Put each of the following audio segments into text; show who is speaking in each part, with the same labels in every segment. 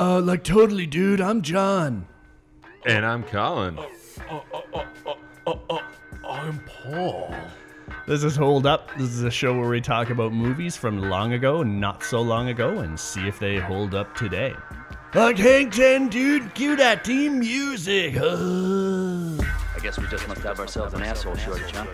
Speaker 1: Uh, like totally, dude. I'm John.
Speaker 2: And I'm Colin.
Speaker 1: I'm Paul. This is Hold Up. This is a show where we talk about movies from long ago, not so long ago, and see if they hold up today. Like Hank 10, dude, cue that team music. Uh.
Speaker 3: I guess we just must have ourselves an asshole shortage, huh?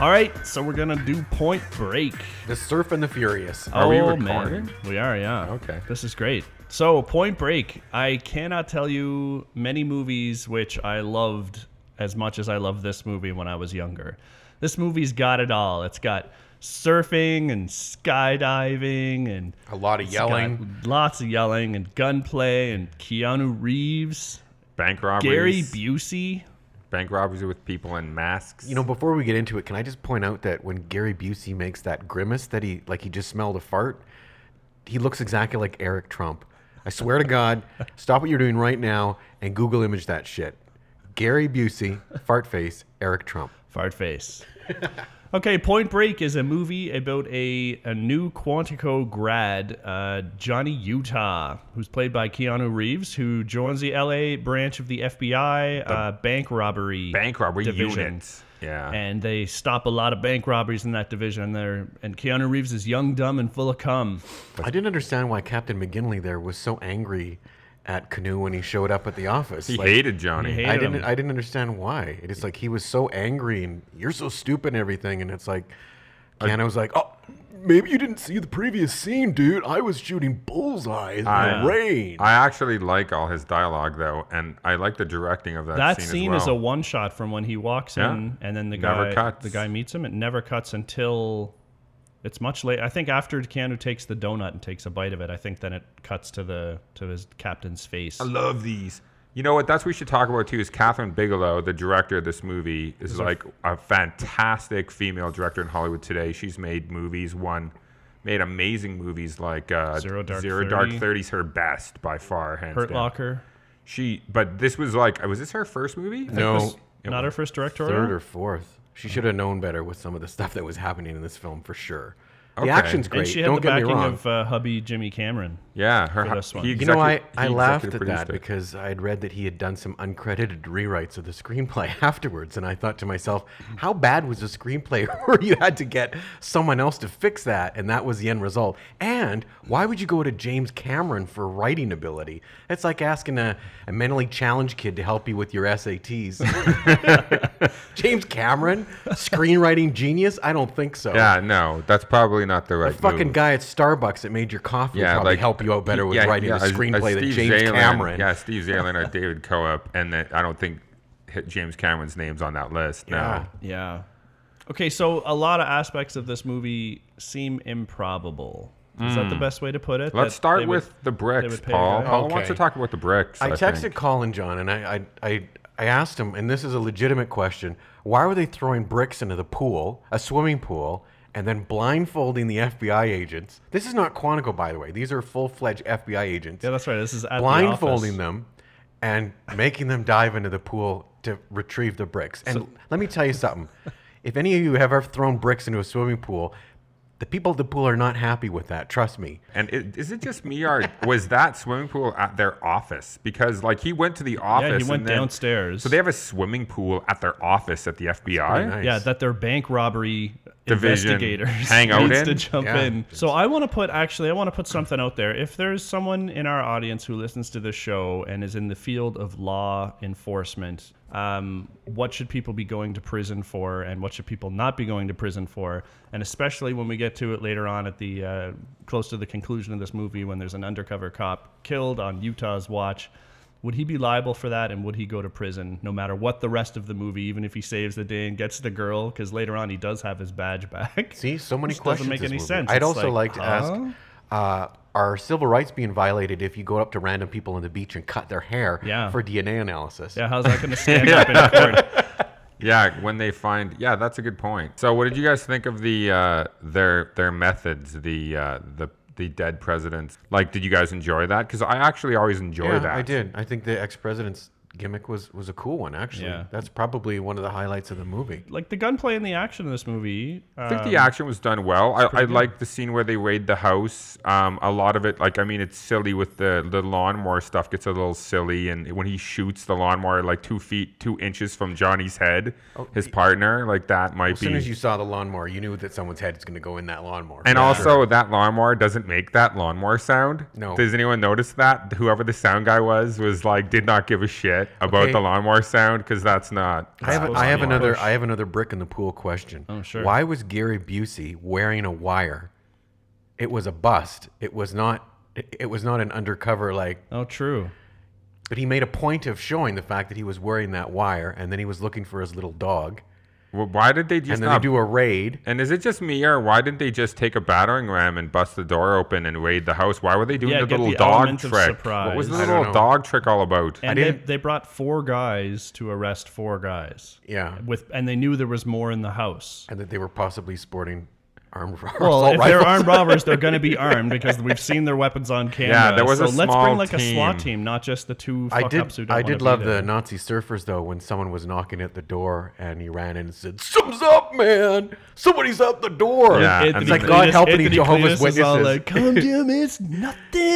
Speaker 1: All right, so we're going to do Point Break.
Speaker 4: The Surf and the Furious.
Speaker 2: Are we
Speaker 1: oh,
Speaker 2: recording?
Speaker 1: man. We are, yeah.
Speaker 2: Okay.
Speaker 1: This is great. So, Point Break. I cannot tell you many movies which I loved as much as I loved this movie when I was younger. This movie's got it all. It's got surfing and skydiving and
Speaker 4: A lot of
Speaker 1: it's
Speaker 4: yelling.
Speaker 1: got lots of yelling and gunplay and Keanu Reeves,
Speaker 2: Bank robberies.
Speaker 1: Gary Busey.
Speaker 2: bank robberies with people in masks.
Speaker 4: You know, before we get into it, can I just point out that when Gary Busey makes that grimace that he like he just smelled a fart, he looks exactly like Eric Trump. I swear to God, stop what you're doing right now and Google image that shit. Gary Busey, fart face, Eric Trump.
Speaker 1: Fart face. okay, Point Break is a movie about a, a new Quantico grad, uh, Johnny Utah, who's played by Keanu Reeves, who joins the LA branch of the FBI uh, bank robbery
Speaker 2: bank robbery
Speaker 1: division.
Speaker 2: units. Yeah.
Speaker 1: And they stop a lot of bank robberies in that division. And, they're, and Keanu Reeves is young, dumb, and full of cum.
Speaker 4: I didn't understand why Captain McGinley there was so angry at Canoe when he showed up at the office.
Speaker 2: he
Speaker 4: Like,
Speaker 2: hated Johnny.
Speaker 1: He
Speaker 4: I
Speaker 1: hated
Speaker 4: didn't.
Speaker 1: him.
Speaker 4: I didn't understand why. It's like he was so angry and you're so stupid and everything. And it's like, Keanu was like, oh, maybe you didn't see the previous scene, dude. I was shooting bullseyes in
Speaker 2: I-
Speaker 1: uh,
Speaker 4: the rain.
Speaker 2: I actually like all his dialogue though, and I like the directing of that,
Speaker 1: That
Speaker 2: scene,
Speaker 1: scene,
Speaker 2: as
Speaker 1: is a
Speaker 2: well.
Speaker 1: one shot from when he walks
Speaker 2: Yeah.
Speaker 1: in, and then the
Speaker 2: Never
Speaker 1: guy
Speaker 2: cuts.
Speaker 1: the guy meets him. It never cuts until it's much late. I think after Keanu takes the donut and takes a bite of it, I think then it cuts to the to his captain's face.
Speaker 2: I love these. You know what? That's what we should talk about too. Is Catherine Bigelow, the director of this movie, is like a fantastic female director in Hollywood today. She's made movies. One made amazing movies like uh,
Speaker 1: Zero Dark
Speaker 2: Dark
Speaker 1: Thirty.
Speaker 2: Thirty's her best by far, hands
Speaker 1: Hurt
Speaker 2: down.
Speaker 1: Locker,
Speaker 2: She, but this was like, was this her first movie?
Speaker 4: No.
Speaker 2: It
Speaker 1: not her
Speaker 2: was.
Speaker 1: first directorial.
Speaker 4: Third or fourth. She should have known better with some of the stuff that was happening in this film for sure.
Speaker 2: Okay.
Speaker 4: The action's
Speaker 2: And
Speaker 4: great.
Speaker 1: and she had
Speaker 4: Don't
Speaker 1: the
Speaker 4: get me
Speaker 1: backing
Speaker 4: wrong.
Speaker 1: of uh, hubby Jimmy Cameron.
Speaker 2: Yeah, her.
Speaker 1: for this one.
Speaker 2: he
Speaker 4: you know, I,
Speaker 2: execu-
Speaker 4: I
Speaker 2: he
Speaker 4: laughed at
Speaker 2: executive
Speaker 4: that
Speaker 2: produced it.
Speaker 4: because I had read that he had done some uncredited rewrites of the screenplay afterwards, and I thought to myself, how bad was the screenplay where you had to get someone else to fix that, and that was the end result? And why would you go to James Cameron for writing ability? It's like asking a, a mentally challenged kid to help you with your SATs. James Cameron, screenwriting genius? I don't think so.
Speaker 2: Yeah, no, that's probably not the right.
Speaker 4: The fucking
Speaker 2: move.
Speaker 4: guy at Starbucks that made your coffee
Speaker 2: Yeah,
Speaker 4: probably
Speaker 2: like
Speaker 4: help you out better with
Speaker 2: yeah,
Speaker 4: writing
Speaker 2: yeah,
Speaker 4: the
Speaker 2: a- a
Speaker 4: screenplay than
Speaker 2: Steve
Speaker 4: James
Speaker 2: Zalen,
Speaker 4: Cameron.
Speaker 2: Yeah, Steve Zalen or David Coop, and that I don't think hit James Cameron's name's on that list. No.
Speaker 4: Yeah.
Speaker 1: Yeah. Okay, so a lot of aspects of this movie seem improbable. Is that the best way to put it?
Speaker 2: Mm. Let's
Speaker 1: That
Speaker 2: start
Speaker 1: they would-
Speaker 2: with the
Speaker 1: they
Speaker 2: bricks,
Speaker 1: would pay a
Speaker 2: Paul.
Speaker 1: guy?
Speaker 2: Paul wants to
Speaker 4: Okay.
Speaker 2: talk about the bricks. I,
Speaker 4: I
Speaker 2: think.
Speaker 4: texted Colin John and I, I I I asked him, and this is a legitimate question: Why were they throwing bricks into the pool, a swimming pool, and then blindfolding the FBI agents? This is not Quantico, by the way. These are full-fledged FBI agents.
Speaker 1: Yeah, that's right. This is at the
Speaker 4: blindfolding
Speaker 1: office.
Speaker 4: them and making them dive into the pool to retrieve the bricks. And let me tell you something. If any of you have ever thrown bricks into a swimming pool, the people at the pool are not happy with that. Trust me.
Speaker 2: And it, is it just me or was that swimming pool at their office? Because like he went to the office.
Speaker 1: Yeah, he went
Speaker 2: and then-
Speaker 1: downstairs.
Speaker 2: So they have a swimming pool at their office at the FBI.
Speaker 4: nice.
Speaker 1: Yeah, that their bank robbery
Speaker 2: Division
Speaker 1: investigators
Speaker 2: hang out
Speaker 1: needs
Speaker 2: in?
Speaker 1: to jump
Speaker 4: Yeah.
Speaker 1: in. So I want to put actually I want to put something out there. If there's someone in our audience who listens to this show and is in the field of law enforcement, um, what should people be going to prison for, and what should people not be going to prison for? And especially when we get to it later on at the uh, close to the conclusion of this movie, when there's an undercover cop killed on Utah's watch. Would he be liable for that, and would he go to prison no matter what the rest of the movie, even if he saves the day and gets the girl? Because later on, he does have his badge back.
Speaker 4: See, so many
Speaker 1: This doesn't
Speaker 4: questions.
Speaker 1: make
Speaker 4: this
Speaker 1: any
Speaker 4: movie.
Speaker 1: sense.
Speaker 4: I'd
Speaker 1: It's
Speaker 4: also
Speaker 1: like,
Speaker 4: like, to ask: uh, Are civil rights being violated if you go up to random people on the beach and cut their hair
Speaker 1: Yeah.
Speaker 4: for DNA analysis?
Speaker 1: Yeah, how's that going to stand up in court?
Speaker 2: Yeah, when they find yeah, that's a good point. So, what did you guys think of the uh, their their methods? The uh, the the dead presidents. Like, did you guys enjoy that? Because I actually always enjoy
Speaker 4: Yeah,
Speaker 2: that.
Speaker 4: I did. I think the ex-presidents gimmick was was a cool one actually.
Speaker 1: Yeah.
Speaker 4: That's probably one of the highlights of the movie.
Speaker 1: Like the gunplay and the action in this movie. uh,
Speaker 2: I think the
Speaker 4: Um,
Speaker 2: action was done well. I, I liked the scene where they raid the house. Um, a lot of it, like I mean, it's silly with the the lawnmower stuff gets a little silly, and when he shoots the lawnmower like two feet, two inches from Johnny's head, his partner, like that might
Speaker 4: Oh, As
Speaker 2: be.
Speaker 4: soon as you saw the lawnmower, you knew that someone's head is going to go in that lawnmower.
Speaker 2: and also, that lawnmower doesn't make that lawnmower sound.
Speaker 4: No.
Speaker 2: Does anyone notice that? Whoever the sound guy was was like did not give a shit about
Speaker 4: Okay.
Speaker 2: the lawnmower sound because that's not.
Speaker 4: I have,
Speaker 1: Supposed
Speaker 4: I
Speaker 1: to
Speaker 4: have
Speaker 1: be
Speaker 4: another
Speaker 1: push.
Speaker 4: I have another brick in the pool question.
Speaker 1: Oh, sure.
Speaker 4: Why was Gary Busey wearing a wire? It was a bust. It was not it it was not an undercover like
Speaker 1: Oh, true.
Speaker 4: but he made a point of showing the fact that he was wearing that wire and then he was looking for his little dog.
Speaker 2: Well, why did they just
Speaker 4: and then
Speaker 2: not
Speaker 4: they do a raid.
Speaker 2: And is it just me, or why didn't they just take a battering ram and bust the door open and raid the house? Why were they doing
Speaker 1: Yeah,
Speaker 2: the
Speaker 1: get
Speaker 2: little
Speaker 1: the
Speaker 2: dog
Speaker 1: element of
Speaker 2: trick? What
Speaker 1: surprise.
Speaker 2: was the
Speaker 1: I
Speaker 4: don't
Speaker 2: little
Speaker 4: know.
Speaker 2: dog trick all about?
Speaker 1: And they,
Speaker 4: didn't-
Speaker 1: they brought four guys to arrest four guys.
Speaker 4: Yeah.
Speaker 1: With and they knew there was more in the house.
Speaker 4: And that they were possibly sporting armed assault
Speaker 1: Well, if
Speaker 4: rifles.
Speaker 1: they're armed robbers, they're going to be armed because we've seen their weapons on camera.
Speaker 2: there was
Speaker 1: so
Speaker 2: a
Speaker 1: let's
Speaker 2: small
Speaker 1: bring like a SWAT
Speaker 2: team.
Speaker 1: team, not just the two
Speaker 4: I
Speaker 1: fuck ups who
Speaker 4: did.
Speaker 1: don't
Speaker 4: I
Speaker 1: wanna
Speaker 4: did
Speaker 1: be
Speaker 4: love
Speaker 1: there.
Speaker 4: the uh, Nazi surfers though when someone was knocking at the door and he ran in and said, "Some's up, man! Somebody's at the door!"
Speaker 2: Yeah,
Speaker 1: Anthony
Speaker 2: It's like
Speaker 4: God
Speaker 1: Kiedis-
Speaker 4: helping
Speaker 1: Anthony
Speaker 4: Jehovah's
Speaker 1: Kiedis is all
Speaker 4: Witnesses.
Speaker 1: like, Come to me, it's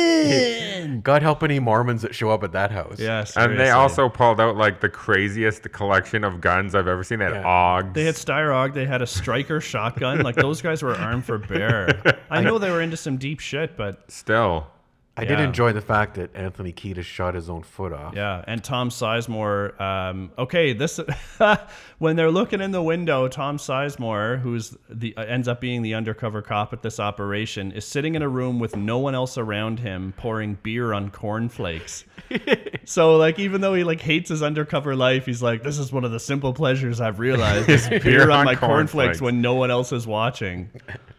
Speaker 1: nothing.
Speaker 4: God help any Mormons that show up at that house.
Speaker 1: yes,
Speaker 2: And they also pulled out like the craziest collection of guns I've ever seen. They had
Speaker 4: Yeah.
Speaker 2: Augs.
Speaker 1: They had Styrog. They had a striker shotgun. Like those guys were armed for bear. I know they were into some deep shit, but
Speaker 2: Still,
Speaker 4: I did
Speaker 1: Yeah.
Speaker 4: enjoy the fact that Anthony Kiedis shot his own foot off.
Speaker 1: yeah. And Tom Sizemore. Um, okay, this when they're looking in the window, Tom Sizemore, who's the uh, ends up being the undercover cop at this operation, is sitting in a room with no one else around him, pouring beer on cornflakes. so like, even though he like hates his undercover life, he's like, this is one of the simple pleasures I've realized: is beer, on,
Speaker 2: on
Speaker 1: my cornflakes
Speaker 2: cornflakes.
Speaker 1: when no one else is watching.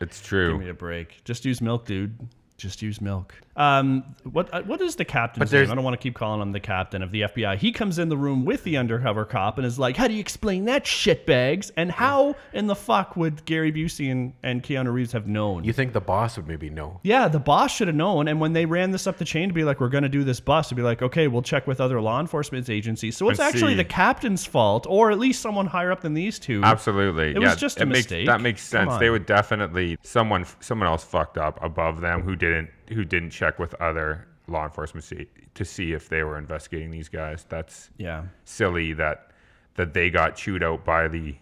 Speaker 2: it's
Speaker 1: Give me
Speaker 2: true.
Speaker 1: a break. Just use milk, dude. Just use milk. Um, what uh, what is the captain's
Speaker 4: there's-
Speaker 1: name? I don't want to keep calling him the captain of the FBI. He comes in the room with the undercover cop and is like, "How do you explain that shit bags? And how in the fuck would Gary Busey and, and Keanu Reeves have known?"
Speaker 4: You think the boss would maybe know?
Speaker 1: yeah, the boss should have known. And when they ran this up the chain to be like, "We're going to do this bust," to be like, "Okay, we'll check with other law enforcement agencies." So it's
Speaker 2: I
Speaker 1: actually
Speaker 2: see.
Speaker 1: the captain's fault, or at least someone higher up than these two.
Speaker 2: Absolutely.
Speaker 1: It
Speaker 2: yeah,
Speaker 1: was just a
Speaker 2: it makes-
Speaker 1: mistake.
Speaker 2: That makes
Speaker 1: Come
Speaker 2: sense. They
Speaker 1: on.
Speaker 2: would definitely someone someone else fucked up above them who didn't who didn't check with other law enforcement see, to see if they were investigating these guys. That's
Speaker 1: Yeah.
Speaker 2: silly that that they got chewed out by the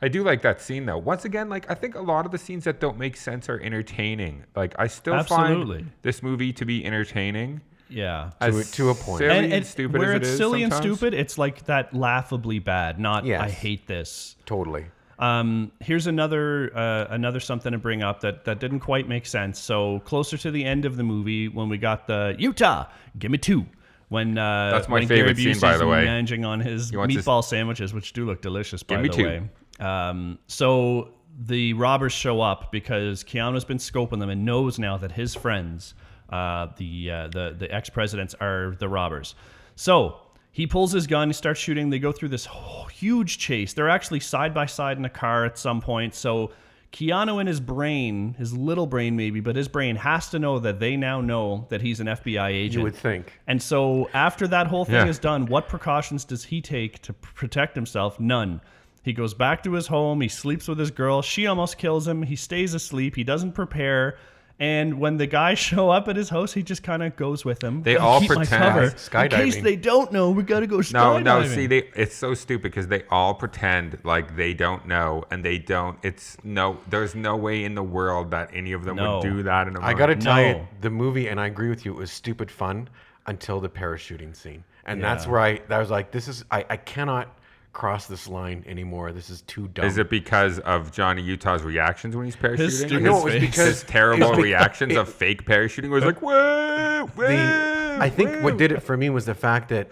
Speaker 2: I do like that scene though. Once again, like I think a lot of the scenes that don't make sense are entertaining. Like I still
Speaker 1: Absolutely.
Speaker 2: find this movie to be entertaining.
Speaker 1: Yeah.
Speaker 2: as
Speaker 4: a- to a point.
Speaker 2: Silly and,
Speaker 1: and, and
Speaker 2: stupid
Speaker 1: where
Speaker 2: as it
Speaker 1: it's
Speaker 2: is
Speaker 1: silly and
Speaker 2: sometimes.
Speaker 1: stupid, it's like that laughably bad. Not
Speaker 4: Yes.
Speaker 1: I hate this.
Speaker 4: Totally.
Speaker 1: Um, here's another uh, another something to bring up that that didn't quite make sense. So closer to the end of the movie, when we got the Utah, give me two. When uh,
Speaker 2: That's my
Speaker 1: when
Speaker 2: favorite
Speaker 1: Gary
Speaker 2: scene, by
Speaker 1: Busey's
Speaker 2: the way.
Speaker 1: Managing on his
Speaker 2: wants his-
Speaker 1: meatball sandwiches, which do look delicious, by
Speaker 2: me
Speaker 1: the
Speaker 2: two.
Speaker 1: way. Um, so the robbers show up because Keanu's been scoping them and knows now that his friends, uh, the uh, the the ex presidents, are the robbers. So he pulls his gun, he starts shooting. They go through this whole huge chase. They're actually side by side in a car at some point. So. Keanu in his brain, his little brain maybe, but his brain has to know that they now know that he's an FBI agent.
Speaker 4: You would think.
Speaker 1: And so after that whole thing
Speaker 2: Yeah.
Speaker 1: is done, what precautions does he take to p- protect himself? None. He goes back to his home. He sleeps with his girl. She almost kills him. He stays asleep. He doesn't prepare. And when the guys show up at his house, he just kind of goes with them.
Speaker 2: They
Speaker 1: "I'll
Speaker 2: all
Speaker 1: keep my
Speaker 2: pretend-
Speaker 1: cover. In
Speaker 4: Skydiving.
Speaker 1: case they don't know, we gotta go
Speaker 2: No,
Speaker 1: skydiving.
Speaker 2: no. See, they it's so stupid because they all pretend like they don't know, and they don't. It's no. There's no way in the world that any of them
Speaker 1: No.
Speaker 2: would do that. In a
Speaker 4: I got to
Speaker 2: moment.
Speaker 4: tell you,
Speaker 1: No.
Speaker 4: the movie, and I agree with you, it was stupid fun until the parachuting scene, and that's where I, I was like, this is, I, I cannot cross this line anymore. This is too dumb.
Speaker 2: Is it because of Johnny Utah's reactions when he's parachuting?
Speaker 1: His stupid
Speaker 4: No, it was
Speaker 1: face.
Speaker 4: because-
Speaker 2: his terrible
Speaker 4: it's be-
Speaker 2: reactions of fake parachuting was like, whoa, whoa.
Speaker 4: the, I think what did it for me was the fact that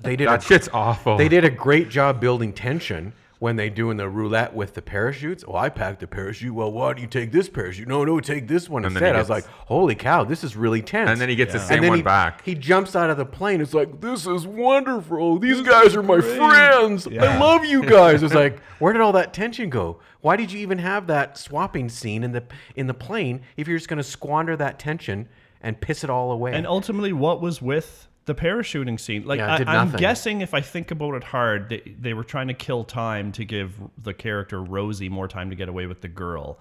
Speaker 4: they did
Speaker 2: that
Speaker 4: a,
Speaker 2: shit's awful.
Speaker 4: they did a great job building tension when they doing the roulette with the parachutes. Oh, I packed the parachute. Well, why don't you take this parachute? No, no, take this one
Speaker 2: And then
Speaker 4: instead.
Speaker 2: he
Speaker 4: I was like,
Speaker 2: gets-
Speaker 4: holy cow, this is really tense.
Speaker 2: And then he gets the
Speaker 4: And
Speaker 2: same
Speaker 4: then
Speaker 2: one
Speaker 4: he-
Speaker 2: back.
Speaker 4: He jumps out of the plane. It's like, this is wonderful. These guys are my friends. I love you guys. It's like, where did all that tension go? Why did you even have that swapping scene in the in the plane if you're just going to squander that tension and piss it all away?
Speaker 1: And ultimately, what was with the parachuting scene. Like
Speaker 4: Yeah, it did
Speaker 1: I, I'm
Speaker 4: nothing.
Speaker 1: guessing if I think about it hard, they, they were trying to kill time to give the character Rosie more time to get away with the girl.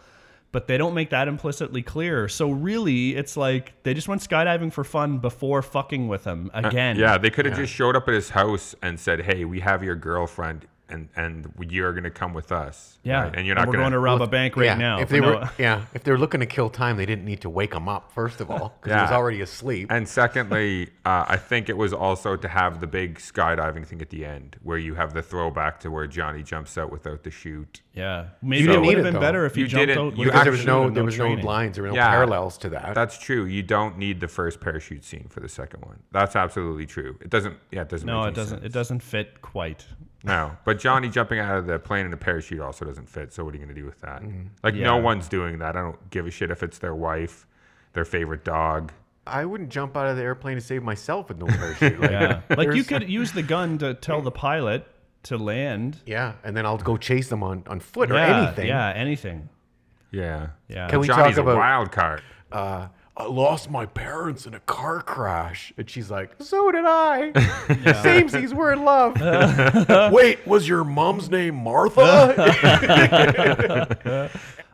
Speaker 1: But they don't make that implicitly clear. So really, it's like they just went skydiving for fun before fucking with him again.
Speaker 2: Uh, Yeah, they could have just showed up at his house and said, "Hey, we have your girlfriend, and and you're gonna come with us."
Speaker 1: Yeah.
Speaker 2: right? and you're not
Speaker 1: we're
Speaker 2: gonna.
Speaker 1: going to rob a bank right
Speaker 4: yeah,
Speaker 1: now.
Speaker 4: If they
Speaker 1: No.
Speaker 4: were, yeah, if they were looking to kill time, they didn't need to wake him up first of all because he was
Speaker 2: Yeah.
Speaker 4: already asleep.
Speaker 2: and secondly, uh, I think it was also to have the big skydiving thing at the end, where you have the throwback to where Johnny jumps out without the chute.
Speaker 1: yeah, maybe it
Speaker 4: didn't
Speaker 1: would have
Speaker 4: need it,
Speaker 1: been
Speaker 4: though.
Speaker 1: better if he
Speaker 2: You
Speaker 1: jumped
Speaker 2: didn't-
Speaker 1: out.
Speaker 2: you
Speaker 1: with a
Speaker 4: Because there was
Speaker 1: parachute
Speaker 4: no,
Speaker 1: and
Speaker 4: there was no
Speaker 1: training.
Speaker 4: lines, there were no
Speaker 2: Yeah.
Speaker 4: parallels to that.
Speaker 2: That's true. You don't need the first parachute scene for the second one. That's absolutely true. It doesn't. Yeah, it doesn't.
Speaker 1: No,
Speaker 2: make
Speaker 1: it
Speaker 2: any
Speaker 1: doesn't.
Speaker 2: sense.
Speaker 1: It doesn't fit quite.
Speaker 2: No, but Johnny jumping out of the plane in a parachute also doesn't fit. So what are you going to do with that?
Speaker 4: Mm-hmm.
Speaker 2: Like no
Speaker 1: Yeah.
Speaker 2: one's doing that. I don't give a shit if it's their wife, their favorite dog.
Speaker 4: I wouldn't jump out of the airplane to save myself with no parachute. Like,
Speaker 1: Yeah, like you
Speaker 4: there's-
Speaker 1: could use the gun to tell the pilot to land.
Speaker 4: yeah, and then I'll go chase them on, on foot or
Speaker 1: yeah,
Speaker 4: anything.
Speaker 1: Yeah, anything.
Speaker 2: Yeah.
Speaker 1: Yeah.
Speaker 4: Can we
Speaker 2: Johnny's
Speaker 4: talk
Speaker 2: a
Speaker 4: about-
Speaker 2: wild card.
Speaker 4: Uh, I lost my parents in a car crash, and she's like, "So did I." Samesies, we're in love. Wait, was your mom's name Martha?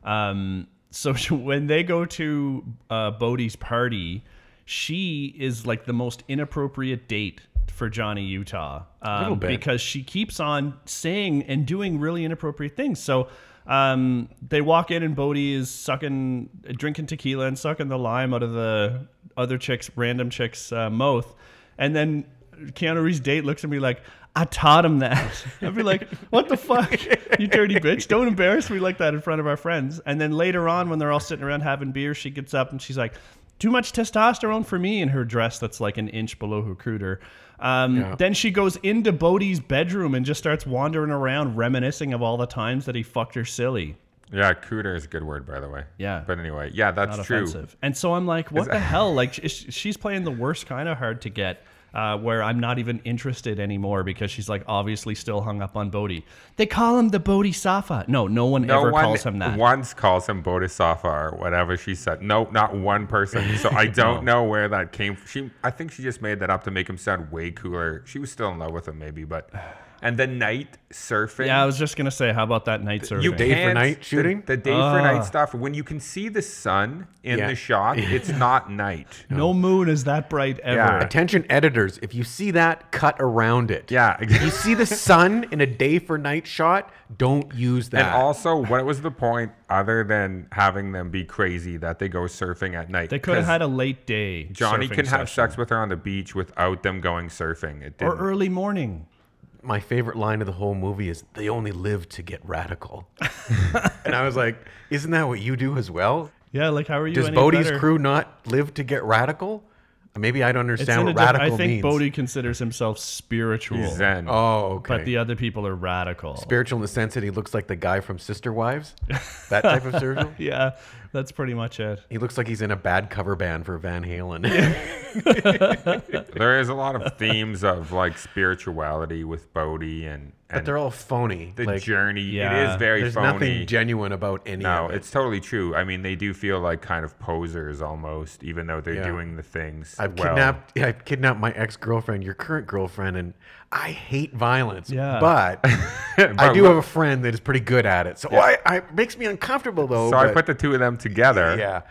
Speaker 1: Um, so she- when they go to uh, Bodhi's party, she is like the most inappropriate date for Johnny Utah um,
Speaker 4: Little bit.
Speaker 1: because she keeps on saying and doing really inappropriate things. So um, they walk in and Bodhi is sucking, drinking tequila and sucking the lime out of the other chick's random chick's uh, mouth, and then Keanu Reeves' date looks at me like. I taught him that. I'd be like, "What the fuck, you dirty bitch! Don't embarrass me like that in front of our friends." And then later on, when they're all sitting around having beer, she gets up and she's like, too much testosterone for me in her dress that's like an inch below her cruder. Um, Then she goes into Bodhi's bedroom and just starts wandering around, reminiscing of all the times that he fucked her silly.
Speaker 2: Yeah, cooter is a good word by the way.
Speaker 1: Yeah.
Speaker 2: But anyway, yeah, that's
Speaker 1: Not
Speaker 2: true.
Speaker 1: offensive. And so I'm like, what the hell? Like, sh- she's playing the worst kind of hard to get. Uh, where I'm not even interested anymore because she's like obviously still hung up on Bodhi. They call him the Bodhisattva. No, no one
Speaker 2: No
Speaker 1: ever
Speaker 2: one
Speaker 1: calls him that.
Speaker 2: once calls him Bodhisattva or whatever she said. No, not one person. So I don't know where that came from. She, I think she just made that up to make him sound way cooler. She was still in love with him, maybe, but. And the night surfing.
Speaker 1: Yeah, I was just gonna say, how about that night survey?
Speaker 2: You
Speaker 4: Day for
Speaker 2: can't-
Speaker 4: night
Speaker 2: the-
Speaker 4: shooting?
Speaker 2: The, day for night stuff. When you can see the sun in
Speaker 4: Yeah.
Speaker 2: the shot, it's not night.
Speaker 1: no moon is that bright ever.
Speaker 2: Yeah.
Speaker 4: Attention, editors! If you see that, cut around it.
Speaker 2: Yeah,
Speaker 4: You
Speaker 2: exactly.
Speaker 4: see the sun in a day for night shot? Don't use that.
Speaker 2: And also, what was the point other than having them be crazy that they go surfing at night?
Speaker 1: They could have
Speaker 2: 'Cause
Speaker 1: had a late day.
Speaker 2: Johnny
Speaker 1: surfing
Speaker 2: can have
Speaker 1: session.
Speaker 2: sex with her on the beach without them going surfing. It
Speaker 1: or
Speaker 2: didn't.
Speaker 1: early morning.
Speaker 4: my favorite line of the whole movie is they only live to get radical. and I was like, isn't that what you do as well?
Speaker 1: Yeah, like how are you?
Speaker 4: Does
Speaker 1: any
Speaker 4: Bodhi's
Speaker 1: better?
Speaker 4: crew not live to get radical? Maybe I don't
Speaker 1: It's
Speaker 4: understand
Speaker 1: in
Speaker 4: what
Speaker 1: a diff-
Speaker 4: radical
Speaker 1: I think
Speaker 4: means.
Speaker 1: Bodhi considers himself spiritual,
Speaker 2: He's Zen.
Speaker 4: oh, okay.
Speaker 1: but the uh, other people are radical.
Speaker 4: spiritual in the sense that he looks like the guy from Sister Wives, that type of spiritual.
Speaker 1: yeah, that's pretty much it.
Speaker 4: He looks like he's in a bad cover band for Van Halen.
Speaker 2: There is a lot of themes of like spirituality with Bodhi and,
Speaker 4: but
Speaker 2: and
Speaker 4: they're all phony.
Speaker 2: the
Speaker 4: like,
Speaker 2: journey. It
Speaker 1: Yeah.
Speaker 2: is very
Speaker 4: there's
Speaker 2: phony.
Speaker 4: nothing genuine about any
Speaker 2: No,
Speaker 4: of it.
Speaker 2: it's totally true. I mean, they do feel like kind of posers almost, even though they're
Speaker 4: Yeah.
Speaker 2: doing the things.
Speaker 4: I've
Speaker 2: well.
Speaker 4: kidnapped yeah, I've kidnapped my ex girlfriend, your current girlfriend, and I hate violence.
Speaker 1: Yeah.
Speaker 4: But, I
Speaker 2: But
Speaker 4: do
Speaker 2: look-
Speaker 4: have a friend that is pretty good at it. So I, I it makes me uncomfortable though.
Speaker 2: So I
Speaker 4: but-
Speaker 2: put the two of them together.
Speaker 4: Yeah.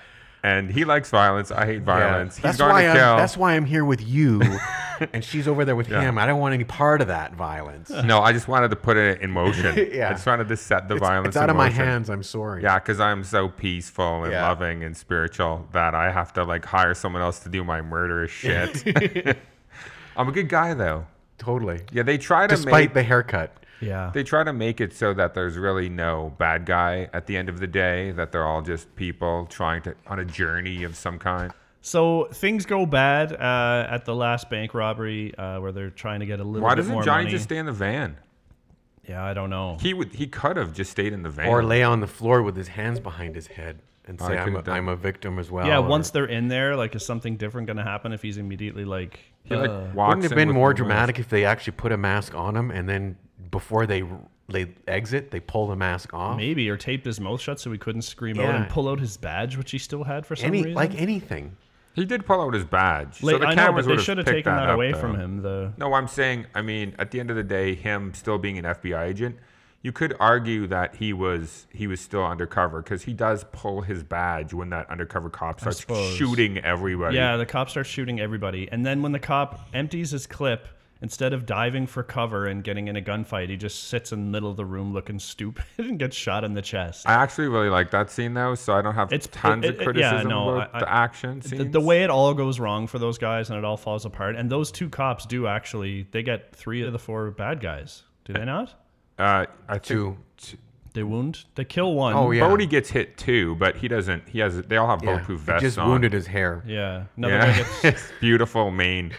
Speaker 2: And he likes violence. I hate
Speaker 4: yeah.
Speaker 2: violence. He's
Speaker 4: That's
Speaker 2: going
Speaker 4: why
Speaker 2: to
Speaker 4: I'm
Speaker 2: kill.
Speaker 4: that's why I'm here with you and she's over there with him. I don't want any part of that violence. It's-
Speaker 2: no, I just wanted to put it in motion.
Speaker 4: Yeah.
Speaker 2: I just wanted to set the violence.
Speaker 4: it's out
Speaker 2: in
Speaker 4: of my
Speaker 2: motion.
Speaker 4: hands, I'm sorry.
Speaker 2: Yeah, because I'm so peaceful and
Speaker 4: Yeah.
Speaker 2: loving and spiritual that I have to like hire someone else to do my murderous shit. I'm a good guy though.
Speaker 4: Totally.
Speaker 2: Yeah, they try to
Speaker 4: Despite
Speaker 2: make
Speaker 4: the haircut.
Speaker 1: Yeah,
Speaker 2: They try to make it so that there's really no bad guy at the end of the day, that they're all just people trying to on a journey of some kind.
Speaker 1: So things go bad uh, at the last bank robbery uh, where they're trying to get a little
Speaker 2: Why
Speaker 1: bit more
Speaker 2: doesn't Johnny
Speaker 1: money.
Speaker 2: just stay in the van?
Speaker 1: yeah, I don't know.
Speaker 2: He would he could have just stayed in the van.
Speaker 4: Or lay on the floor with his hands behind his head and
Speaker 2: I
Speaker 4: say I'm
Speaker 2: could've
Speaker 4: a,
Speaker 2: done-
Speaker 4: I'm a victim as well.
Speaker 1: yeah,
Speaker 4: or-
Speaker 1: once they're in there, like, is something different gonna happen if he's immediately like?
Speaker 2: he like
Speaker 1: uh,
Speaker 2: walks
Speaker 4: Wouldn't it have
Speaker 2: in
Speaker 4: been
Speaker 2: with
Speaker 4: more
Speaker 2: no
Speaker 4: dramatic if they actually put a mask on him and then before they they exit, they pull the mask off?
Speaker 1: maybe or taped his mouth shut so he couldn't scream out
Speaker 4: Yeah.
Speaker 1: and pull out his badge, which he still had for some
Speaker 4: Any
Speaker 1: reason.
Speaker 4: like anything.
Speaker 2: He did pull out his badge. so
Speaker 1: Late,
Speaker 2: the
Speaker 1: I know,
Speaker 2: cameras
Speaker 1: but they
Speaker 2: would've
Speaker 1: should have
Speaker 2: picked
Speaker 1: taken that,
Speaker 2: up,
Speaker 1: away
Speaker 2: though.
Speaker 1: from him. The
Speaker 2: No, I'm saying, I mean, at the end of the day, him still being an FBI agent, you could argue that he was he was still undercover because he does pull his badge when that undercover cop starts
Speaker 1: suppose.
Speaker 2: shooting everybody.
Speaker 1: yeah, the cop starts shooting everybody, and then when the cop empties his clip, instead of diving for cover and getting in a gunfight, he just sits in the middle of the room looking stupid and gets shot in the chest.
Speaker 2: I actually really like that scene though, so I don't have
Speaker 1: It's-
Speaker 2: tons
Speaker 1: it- it-
Speaker 2: of
Speaker 1: yeah,
Speaker 2: criticism
Speaker 1: no,
Speaker 2: about
Speaker 1: I-
Speaker 2: the action
Speaker 1: the,
Speaker 2: scenes.
Speaker 1: the way it all goes wrong for those guys and it all falls apart. And those two cops do actually they get three of the four bad guys. Do
Speaker 2: Eh.
Speaker 1: they not?
Speaker 2: uh, I think
Speaker 4: Two.
Speaker 2: t-
Speaker 1: They wound. They kill one.
Speaker 4: Oh, yeah.
Speaker 2: Bodhi gets hit too, but he doesn't. He has. They all have
Speaker 4: Yeah.
Speaker 2: bulletproof
Speaker 4: He
Speaker 2: vests
Speaker 4: just
Speaker 2: on.
Speaker 4: wounded his hair.
Speaker 1: Yeah. Another guy
Speaker 2: Yeah,
Speaker 1: gets
Speaker 2: his beautiful mane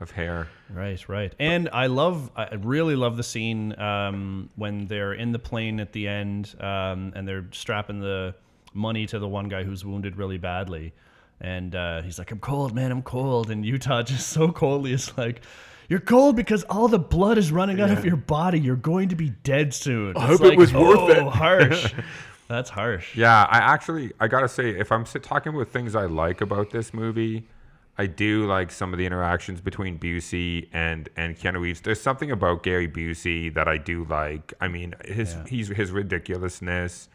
Speaker 2: of hair.
Speaker 1: Right, right. And I love, I really love the scene um, when they're in the plane at the end um, and they're strapping the money to the one guy who's wounded really badly. And uh, he's like, I'm cold, man, I'm cold. And Utah just so coldly is like, You're cold because all the blood is running out of your body. You're going to be dead soon. I
Speaker 4: hope it was worth
Speaker 1: Oh,
Speaker 4: it."
Speaker 1: harsh. That's harsh.
Speaker 2: Yeah, I actually, I gotta say, if I'm s- talking about things I like about this movie, I do like some of the interactions between Busey and and Keanu Reeves. There's something about Gary Busey that I do like. I mean, his he's his ridiculousness,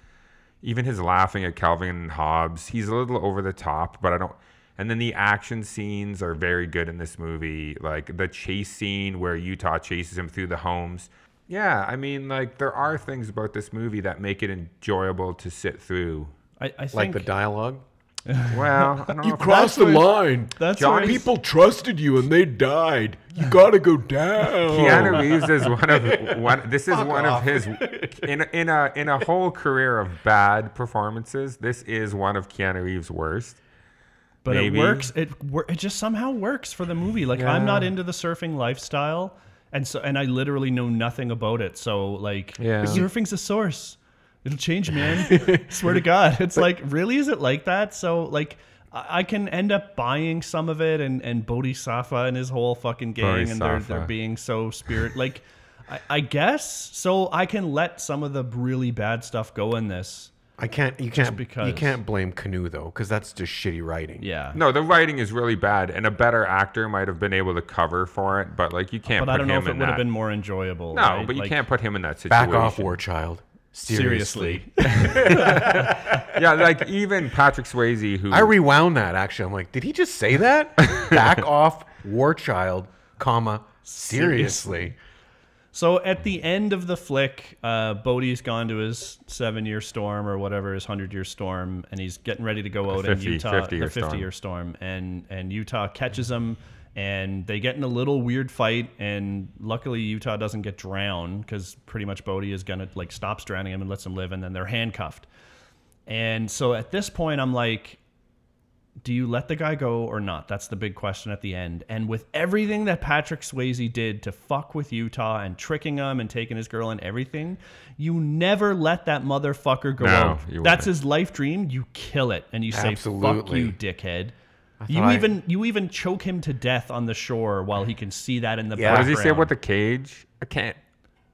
Speaker 2: even his laughing at Calvin and Hobbes. He's a little over the top, but I don't. And then the action scenes are very good in this movie, like the chase scene where Utah chases him through the homes. Yeah, I mean, like there are things about this movie that make it enjoyable to sit through.
Speaker 1: I, I think
Speaker 4: Like the dialogue.
Speaker 2: Well, I don't know if that's what-
Speaker 4: line.
Speaker 1: that's where
Speaker 2: Johnny-
Speaker 1: it's-
Speaker 4: trusted you and they died. You gotta go down.
Speaker 2: Keanu Reeves is one of one. This is one
Speaker 4: off.
Speaker 2: of his in a- in a in a whole career of bad performances. This is one of Keanu Reeves' worst.
Speaker 1: but
Speaker 2: Maybe.
Speaker 1: it works. It wor- it just somehow works for the movie. Like I'm not into the surfing lifestyle, and so and I literally know nothing about it. So like,
Speaker 2: Yeah.
Speaker 1: surfing's a source. It'll change, man. Swear to God, it's like really is it like that? So like. I I can end up buying some of it, and and Bodhisattva and his whole fucking gang, and they're
Speaker 2: Bodhisattva.
Speaker 1: they're being so spirit like, I, I guess. So I can let some of the really bad stuff go in this.
Speaker 4: I can't. You can't.
Speaker 1: because.
Speaker 4: You can't blame Canoe though, because that's just shitty writing.
Speaker 1: Yeah.
Speaker 2: No, the writing is really bad, and a better actor might have been able to cover for it. But like, you can't.
Speaker 1: but
Speaker 2: put
Speaker 1: I don't know
Speaker 2: him
Speaker 1: if it
Speaker 2: in
Speaker 1: would have
Speaker 2: that.
Speaker 1: been more enjoyable.
Speaker 2: No,
Speaker 1: right?
Speaker 2: but you
Speaker 1: Like,
Speaker 2: can't put him in that
Speaker 4: Back
Speaker 2: situation.
Speaker 4: off, War Child. Seriously.
Speaker 1: seriously.
Speaker 2: Yeah, like even Patrick Swayze, who
Speaker 4: I rewound that actually. I'm like, did he just say that? Back off, War Child, comma seriously.
Speaker 1: So at the end of the flick, uh, Bodhi's gone to his seven-year storm or whatever his hundred-year storm, and he's getting ready to go out in
Speaker 2: 50
Speaker 1: Utah,
Speaker 2: 50-year
Speaker 1: the
Speaker 2: storm.
Speaker 1: fifty-year storm, and and Utah catches him, and they get in a little weird fight, and luckily Utah doesn't get drowned because pretty much Bodhi is gonna like stops drowning him and lets him live, and then they're handcuffed. And so at this point, I'm like, do you let the guy go or not? That's the big question at the end. And with everything that Patrick Swayze did to fuck with Utah and tricking him and taking his girl and everything, you never let that motherfucker go
Speaker 2: No,
Speaker 1: out.
Speaker 2: you wouldn't.
Speaker 1: That's his life dream. You kill it and you say, "Fuck
Speaker 4: Absolutely.
Speaker 1: you, dickhead." You
Speaker 4: I-
Speaker 1: even you even choke him to death on the shore while he can see that in the
Speaker 4: Yeah.
Speaker 2: What
Speaker 1: background.
Speaker 2: does he say about the cage? I can't.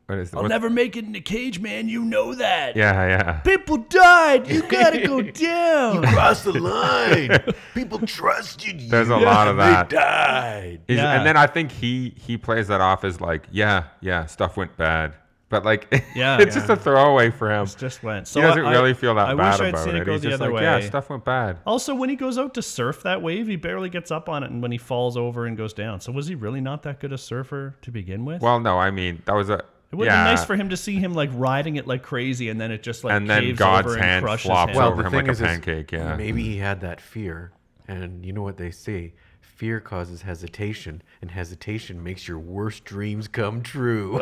Speaker 2: What is
Speaker 1: I'll
Speaker 2: what-
Speaker 1: never make it in the cage, man. You know that.
Speaker 2: Yeah, yeah.
Speaker 1: People died. You gotta go down.
Speaker 4: Cross the line. People trusted you.
Speaker 2: There's a lot of that.
Speaker 4: died.
Speaker 2: He's-
Speaker 1: Yeah.
Speaker 2: And then I think he he plays that off as like, yeah, yeah, stuff went bad, but like,
Speaker 1: Yeah.
Speaker 2: it's just a throwaway for him.
Speaker 1: Just went. So
Speaker 2: He doesn't
Speaker 1: I- I-
Speaker 2: really feel that
Speaker 1: I
Speaker 2: bad
Speaker 1: wish I'd
Speaker 2: about
Speaker 1: seen
Speaker 2: it.
Speaker 1: it go
Speaker 2: He's
Speaker 1: the
Speaker 2: just
Speaker 1: other
Speaker 2: like,
Speaker 1: way.
Speaker 2: yeah, stuff went bad.
Speaker 1: Also, when he goes out to surf that wave, he barely gets up on it, and when he falls over and goes down, so was he really not that good a surfer to begin with?
Speaker 2: Well, no, I mean that was a
Speaker 1: it would
Speaker 2: yeah,
Speaker 1: be nice for him to see him like riding it like crazy, and then it just like
Speaker 2: And then
Speaker 1: caves
Speaker 2: God's
Speaker 1: over and
Speaker 2: hand
Speaker 1: crushes
Speaker 2: flops
Speaker 1: him.
Speaker 2: Well,
Speaker 4: Well,
Speaker 2: over
Speaker 4: the
Speaker 2: him
Speaker 4: thing
Speaker 2: like a
Speaker 4: is, is
Speaker 2: pancake, yeah.
Speaker 4: Maybe he had that fear, and you know what they say: fear causes hesitation, and hesitation makes your worst dreams come true.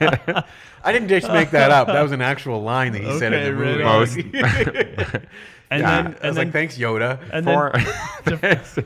Speaker 4: I didn't just make that up. That was an actual line that he said in
Speaker 1: Okay,
Speaker 4: the
Speaker 1: right
Speaker 4: movie.
Speaker 1: on.
Speaker 2: most
Speaker 1: and
Speaker 2: yeah,
Speaker 1: then
Speaker 4: I was
Speaker 1: and then
Speaker 4: like, thanks, Yoda.
Speaker 1: and then
Speaker 2: for. there's-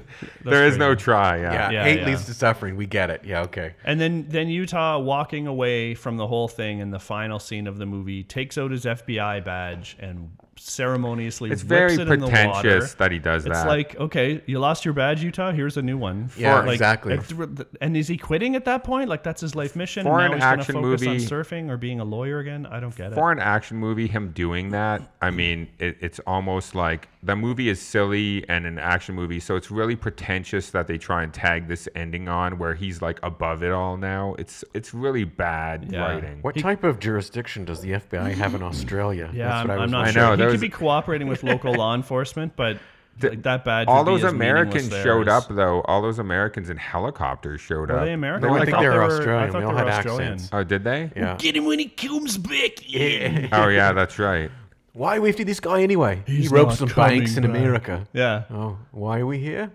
Speaker 2: there is no try. Yeah.
Speaker 4: yeah,
Speaker 1: yeah,
Speaker 4: hate
Speaker 1: yeah.
Speaker 4: leads to suffering. We get it. Yeah, okay.
Speaker 1: And then, then Utah walking away from the whole thing in the final scene of the movie takes out his FBI badge and ceremoniously
Speaker 2: It's
Speaker 1: whips
Speaker 2: very
Speaker 1: it in the water.
Speaker 2: pretentious that he does
Speaker 1: It's
Speaker 2: that.
Speaker 1: like, okay, you lost your badge, Utah. Here's a new one.
Speaker 4: Yeah,
Speaker 1: Like-
Speaker 4: exactly.
Speaker 1: like, and is he quitting at that point? Like that's his life mission.
Speaker 2: For
Speaker 1: now
Speaker 2: an
Speaker 1: he's gonna
Speaker 2: action
Speaker 1: focus on
Speaker 2: movie-
Speaker 1: surfing or being a lawyer again. I don't get it.
Speaker 2: for an action movie, him doing that, I mean, it, it's almost like the movie is silly and an action movie, so it's really pretentious that they try and tag this ending on where he's like above it all now. It's it's really bad
Speaker 1: Yeah.
Speaker 2: writing.
Speaker 4: What type of jurisdiction does the FBI have in Australia?
Speaker 1: Yeah,
Speaker 4: That's
Speaker 1: I'm,
Speaker 4: what
Speaker 1: I'm
Speaker 4: was
Speaker 1: not
Speaker 2: I
Speaker 1: sure.
Speaker 2: know,
Speaker 1: he
Speaker 2: there
Speaker 1: could
Speaker 2: was-
Speaker 1: be cooperating with local law enforcement, but like, that badge. would
Speaker 2: All
Speaker 1: be
Speaker 2: those
Speaker 1: as meaningless
Speaker 2: Americans
Speaker 1: there
Speaker 2: showed
Speaker 1: as-
Speaker 2: up though. All those Americans in helicopters showed
Speaker 1: Were
Speaker 2: up.
Speaker 1: they American?
Speaker 4: No, I
Speaker 1: I
Speaker 4: think
Speaker 1: thought
Speaker 4: they were
Speaker 1: I
Speaker 4: Australian.
Speaker 1: thought
Speaker 4: They all
Speaker 1: were
Speaker 4: had
Speaker 1: Australian.
Speaker 4: accents.
Speaker 2: Oh, did they?
Speaker 4: Yeah.
Speaker 1: Get him when he comes back. Yeah.
Speaker 2: Oh yeah, that's right.
Speaker 4: Why are we after this guy anyway?
Speaker 1: He's
Speaker 4: he robbed
Speaker 1: not
Speaker 4: some
Speaker 1: coming
Speaker 4: banks in
Speaker 1: back.
Speaker 4: America.
Speaker 1: yeah.
Speaker 4: Oh, why are we here?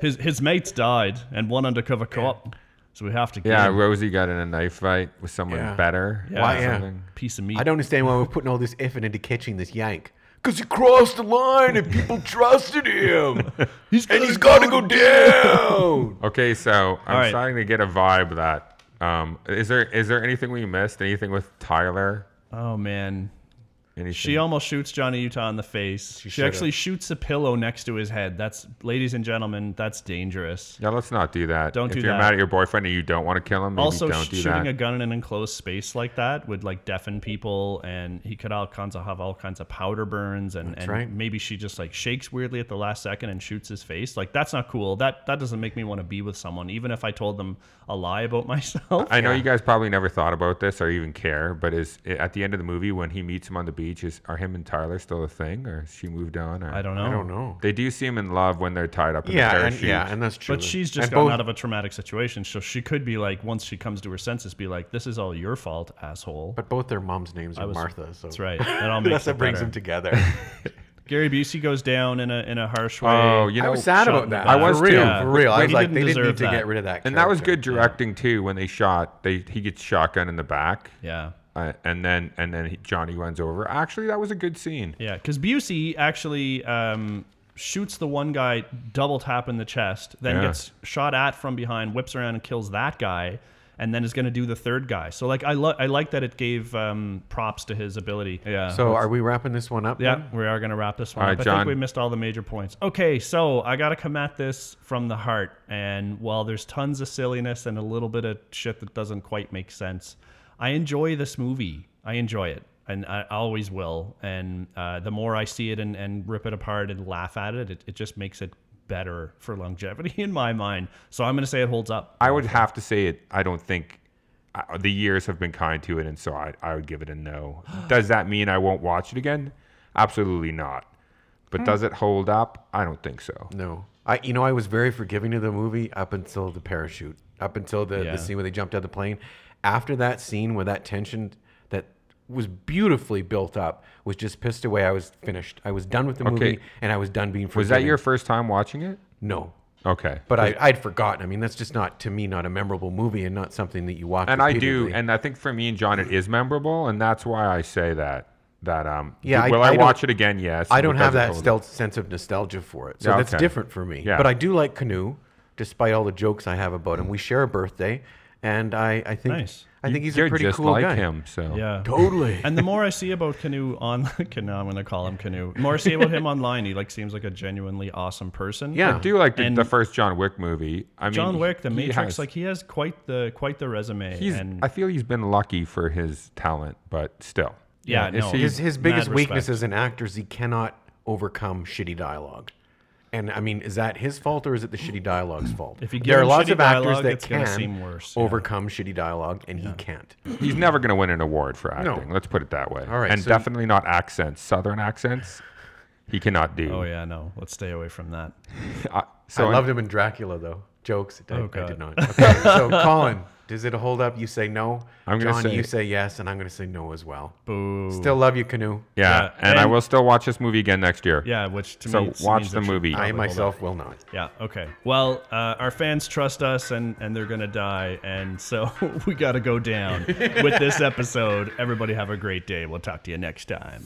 Speaker 1: His his mates died, and one undercover cop. So we have to get
Speaker 2: Yeah,
Speaker 1: him
Speaker 2: Rosie got in a knife fight with someone
Speaker 4: Yeah.
Speaker 2: better.
Speaker 1: Yeah.
Speaker 2: or
Speaker 1: Why-
Speaker 4: yeah.
Speaker 2: something.
Speaker 1: a piece of meat.
Speaker 4: I don't understand why we're putting all this effort into catching this yank. Because he crossed the line and people trusted him.
Speaker 1: He's
Speaker 4: and he's got to go down.
Speaker 2: Okay, so I'm
Speaker 1: right.
Speaker 2: starting to get a vibe that um, is there is there anything we missed? Anything with Tyler?
Speaker 1: Oh man.
Speaker 2: Anything?
Speaker 1: She almost shoots Johnny Utah in the face. She,
Speaker 4: should've.
Speaker 1: actually shoots a pillow next to his head. That's, ladies and gentlemen, that's dangerous.
Speaker 2: yeah, let's not do that.
Speaker 1: Don't
Speaker 2: if
Speaker 1: do
Speaker 2: you're
Speaker 1: that.
Speaker 2: mad at your boyfriend and you don't want to kill him, maybe
Speaker 1: also,
Speaker 2: don't
Speaker 1: sh-
Speaker 2: do
Speaker 1: shooting
Speaker 2: that.
Speaker 1: a gun in an enclosed space like that would like deafen people, and he could all kinds of have all kinds of powder burns, and, and
Speaker 4: right.
Speaker 1: maybe she just like shakes weirdly at the last second and shoots his face. Like that's not cool. That that doesn't make me want to be with someone, even if I told them a lie about myself.
Speaker 2: I know you guys probably never thought about this or even care, but is at the end of the movie when he meets him on the beach, is are him and Tyler still a thing, or has she moved on? Or?
Speaker 1: I don't know.
Speaker 4: I don't know.
Speaker 2: They do seem in love when they're tied up in the
Speaker 4: Yeah, and,
Speaker 2: Oh. parachute.
Speaker 4: yeah, and that's true.
Speaker 1: But she's just
Speaker 4: and
Speaker 1: gotten out of a traumatic situation, so she could be like, once she comes to her senses, be like, "This is all your fault, asshole."
Speaker 4: But both their mom's names are
Speaker 1: was-
Speaker 4: Martha, so
Speaker 1: That's right. That all makes
Speaker 4: That's
Speaker 1: it
Speaker 4: what brings
Speaker 1: better.
Speaker 4: them together.
Speaker 1: Gary Busey goes down in a in a harsh way.
Speaker 2: Oh, you know,
Speaker 4: I was sad
Speaker 1: shot
Speaker 4: about
Speaker 1: in the
Speaker 4: that.
Speaker 1: back.
Speaker 2: I was
Speaker 4: for real,
Speaker 2: too.
Speaker 4: for real. I
Speaker 1: But
Speaker 4: was
Speaker 1: he
Speaker 4: like,
Speaker 1: didn't
Speaker 4: they didn't
Speaker 1: deserve
Speaker 4: need to
Speaker 1: that.
Speaker 4: get rid of that.
Speaker 2: and that was
Speaker 4: character.
Speaker 2: good directing too. When they shot, they he gets shotgun in the back.
Speaker 1: yeah.
Speaker 2: uh, and then and then he, Johnny runs over. Actually, that was a good scene.
Speaker 1: Yeah, because Busey actually um, shoots the one guy double tap in the chest, then
Speaker 2: Yeah.
Speaker 1: gets shot at from behind, whips around and kills that guy, and then is going to do the third guy. So like I lo- I like that it gave um, props to his ability. Yeah.
Speaker 4: So are we wrapping this one up?
Speaker 1: yeah,
Speaker 4: then?
Speaker 1: we are going to wrap this one.
Speaker 2: All
Speaker 1: up.
Speaker 2: right,
Speaker 1: I
Speaker 2: John.
Speaker 1: think we missed all the major points. Okay, so I got to come at this from the heart, and while there's tons of silliness and a little bit of shit that doesn't quite make sense, I enjoy this movie. I enjoy it, and I always will. And uh, the more I see it and, and rip it apart and laugh at it, it, it just makes it better for longevity in my mind. So I'm going to say it holds up.
Speaker 2: I would have to say it. I don't think I, the years have been kind to it, and so I, I would give it a no. does that mean I won't watch it again? Absolutely not. But
Speaker 4: Hmm.
Speaker 2: does it hold up? I don't think so.
Speaker 4: No. I you know I was very forgiving to the movie up until the parachute, up until the,
Speaker 1: Yeah.
Speaker 4: the scene where they jumped out of the plane. After that scene where that tension that was beautifully built up was just pissed away. I was finished. I was done with the movie and I was done being
Speaker 2: Was
Speaker 4: forgiving.
Speaker 2: that your first time watching it?
Speaker 4: No.
Speaker 2: Okay.
Speaker 4: But I, I'd forgotten. I mean, that's just not to me not a memorable movie and not something that you watch.
Speaker 2: and I do,
Speaker 4: repeatedly.
Speaker 2: and I think for me and John, it is memorable, and that's why I say that. That um,
Speaker 4: Yeah, I-
Speaker 2: will
Speaker 4: I
Speaker 2: I,
Speaker 4: don't-
Speaker 2: watch it again? Yes.
Speaker 4: I don't
Speaker 2: But
Speaker 4: have
Speaker 2: does it
Speaker 4: that
Speaker 2: hold
Speaker 4: stel- sense of nostalgia for it. So
Speaker 2: Yeah,
Speaker 4: that's
Speaker 2: okay.
Speaker 4: different for me.
Speaker 2: Yeah.
Speaker 4: But I do like Canoe, despite all the jokes I have about him. We share a birthday, and I, I think
Speaker 1: Nice.
Speaker 4: I think he's
Speaker 2: You're
Speaker 4: a pretty
Speaker 2: just
Speaker 4: cool
Speaker 2: like
Speaker 4: guy.
Speaker 2: him, so
Speaker 1: Yeah.
Speaker 4: Totally.
Speaker 1: And the more I see about Canoe on Canoe, I'm gonna call him Canoe. The more I see about him online, he like seems like a genuinely awesome person.
Speaker 4: Yeah.
Speaker 2: I do like the,
Speaker 1: And-
Speaker 2: the first John Wick movie. I mean,
Speaker 1: John Wick, The
Speaker 2: he
Speaker 1: Matrix,
Speaker 2: has-
Speaker 1: like he has quite the quite the resume.
Speaker 2: He's.
Speaker 1: and
Speaker 2: I feel he's been lucky for his talent, but still.
Speaker 1: yeah,
Speaker 2: it's-
Speaker 1: no,
Speaker 4: his his biggest
Speaker 1: mad
Speaker 4: weakness
Speaker 1: respect.
Speaker 4: as an actor is he cannot overcome shitty dialogue. And I mean, is that his fault or is it the shitty dialogue's fault?
Speaker 1: If you give
Speaker 4: there are
Speaker 1: him
Speaker 4: lots
Speaker 1: shitty
Speaker 4: of actors
Speaker 1: dialogue,
Speaker 4: that
Speaker 1: it's
Speaker 4: can
Speaker 1: gonna seem worse, yeah.
Speaker 4: overcome shitty dialogue, and he can't.
Speaker 2: He's never going to win an award for acting. Let's put it that way.
Speaker 4: All right,
Speaker 2: and
Speaker 4: so-
Speaker 2: definitely not accents. Southern accents, he cannot do.
Speaker 1: Oh yeah, no, let's stay away from that.
Speaker 2: I, so Oh,
Speaker 4: I loved him in Dracula though. Jokes. I, I
Speaker 1: God.
Speaker 4: did not. Okay, so Colin, does it hold up? You say no.
Speaker 2: I'm gonna
Speaker 4: John,
Speaker 2: say-
Speaker 4: you say yes, and I'm gonna say no as well.
Speaker 1: Boo.
Speaker 4: Still love you, Canoe.
Speaker 2: yeah,
Speaker 1: yeah,
Speaker 2: and, I
Speaker 1: and-
Speaker 2: will still watch this movie again next year.
Speaker 1: Yeah, which to
Speaker 2: So
Speaker 1: me it's-
Speaker 2: watch
Speaker 1: means
Speaker 2: the
Speaker 1: it should-
Speaker 2: movie.
Speaker 4: I myself will not.
Speaker 1: Yeah. Okay. Well, uh, our fans trust us, and and they're gonna die, and so we gotta go down with this episode. Everybody have a great day. We'll talk to you next time.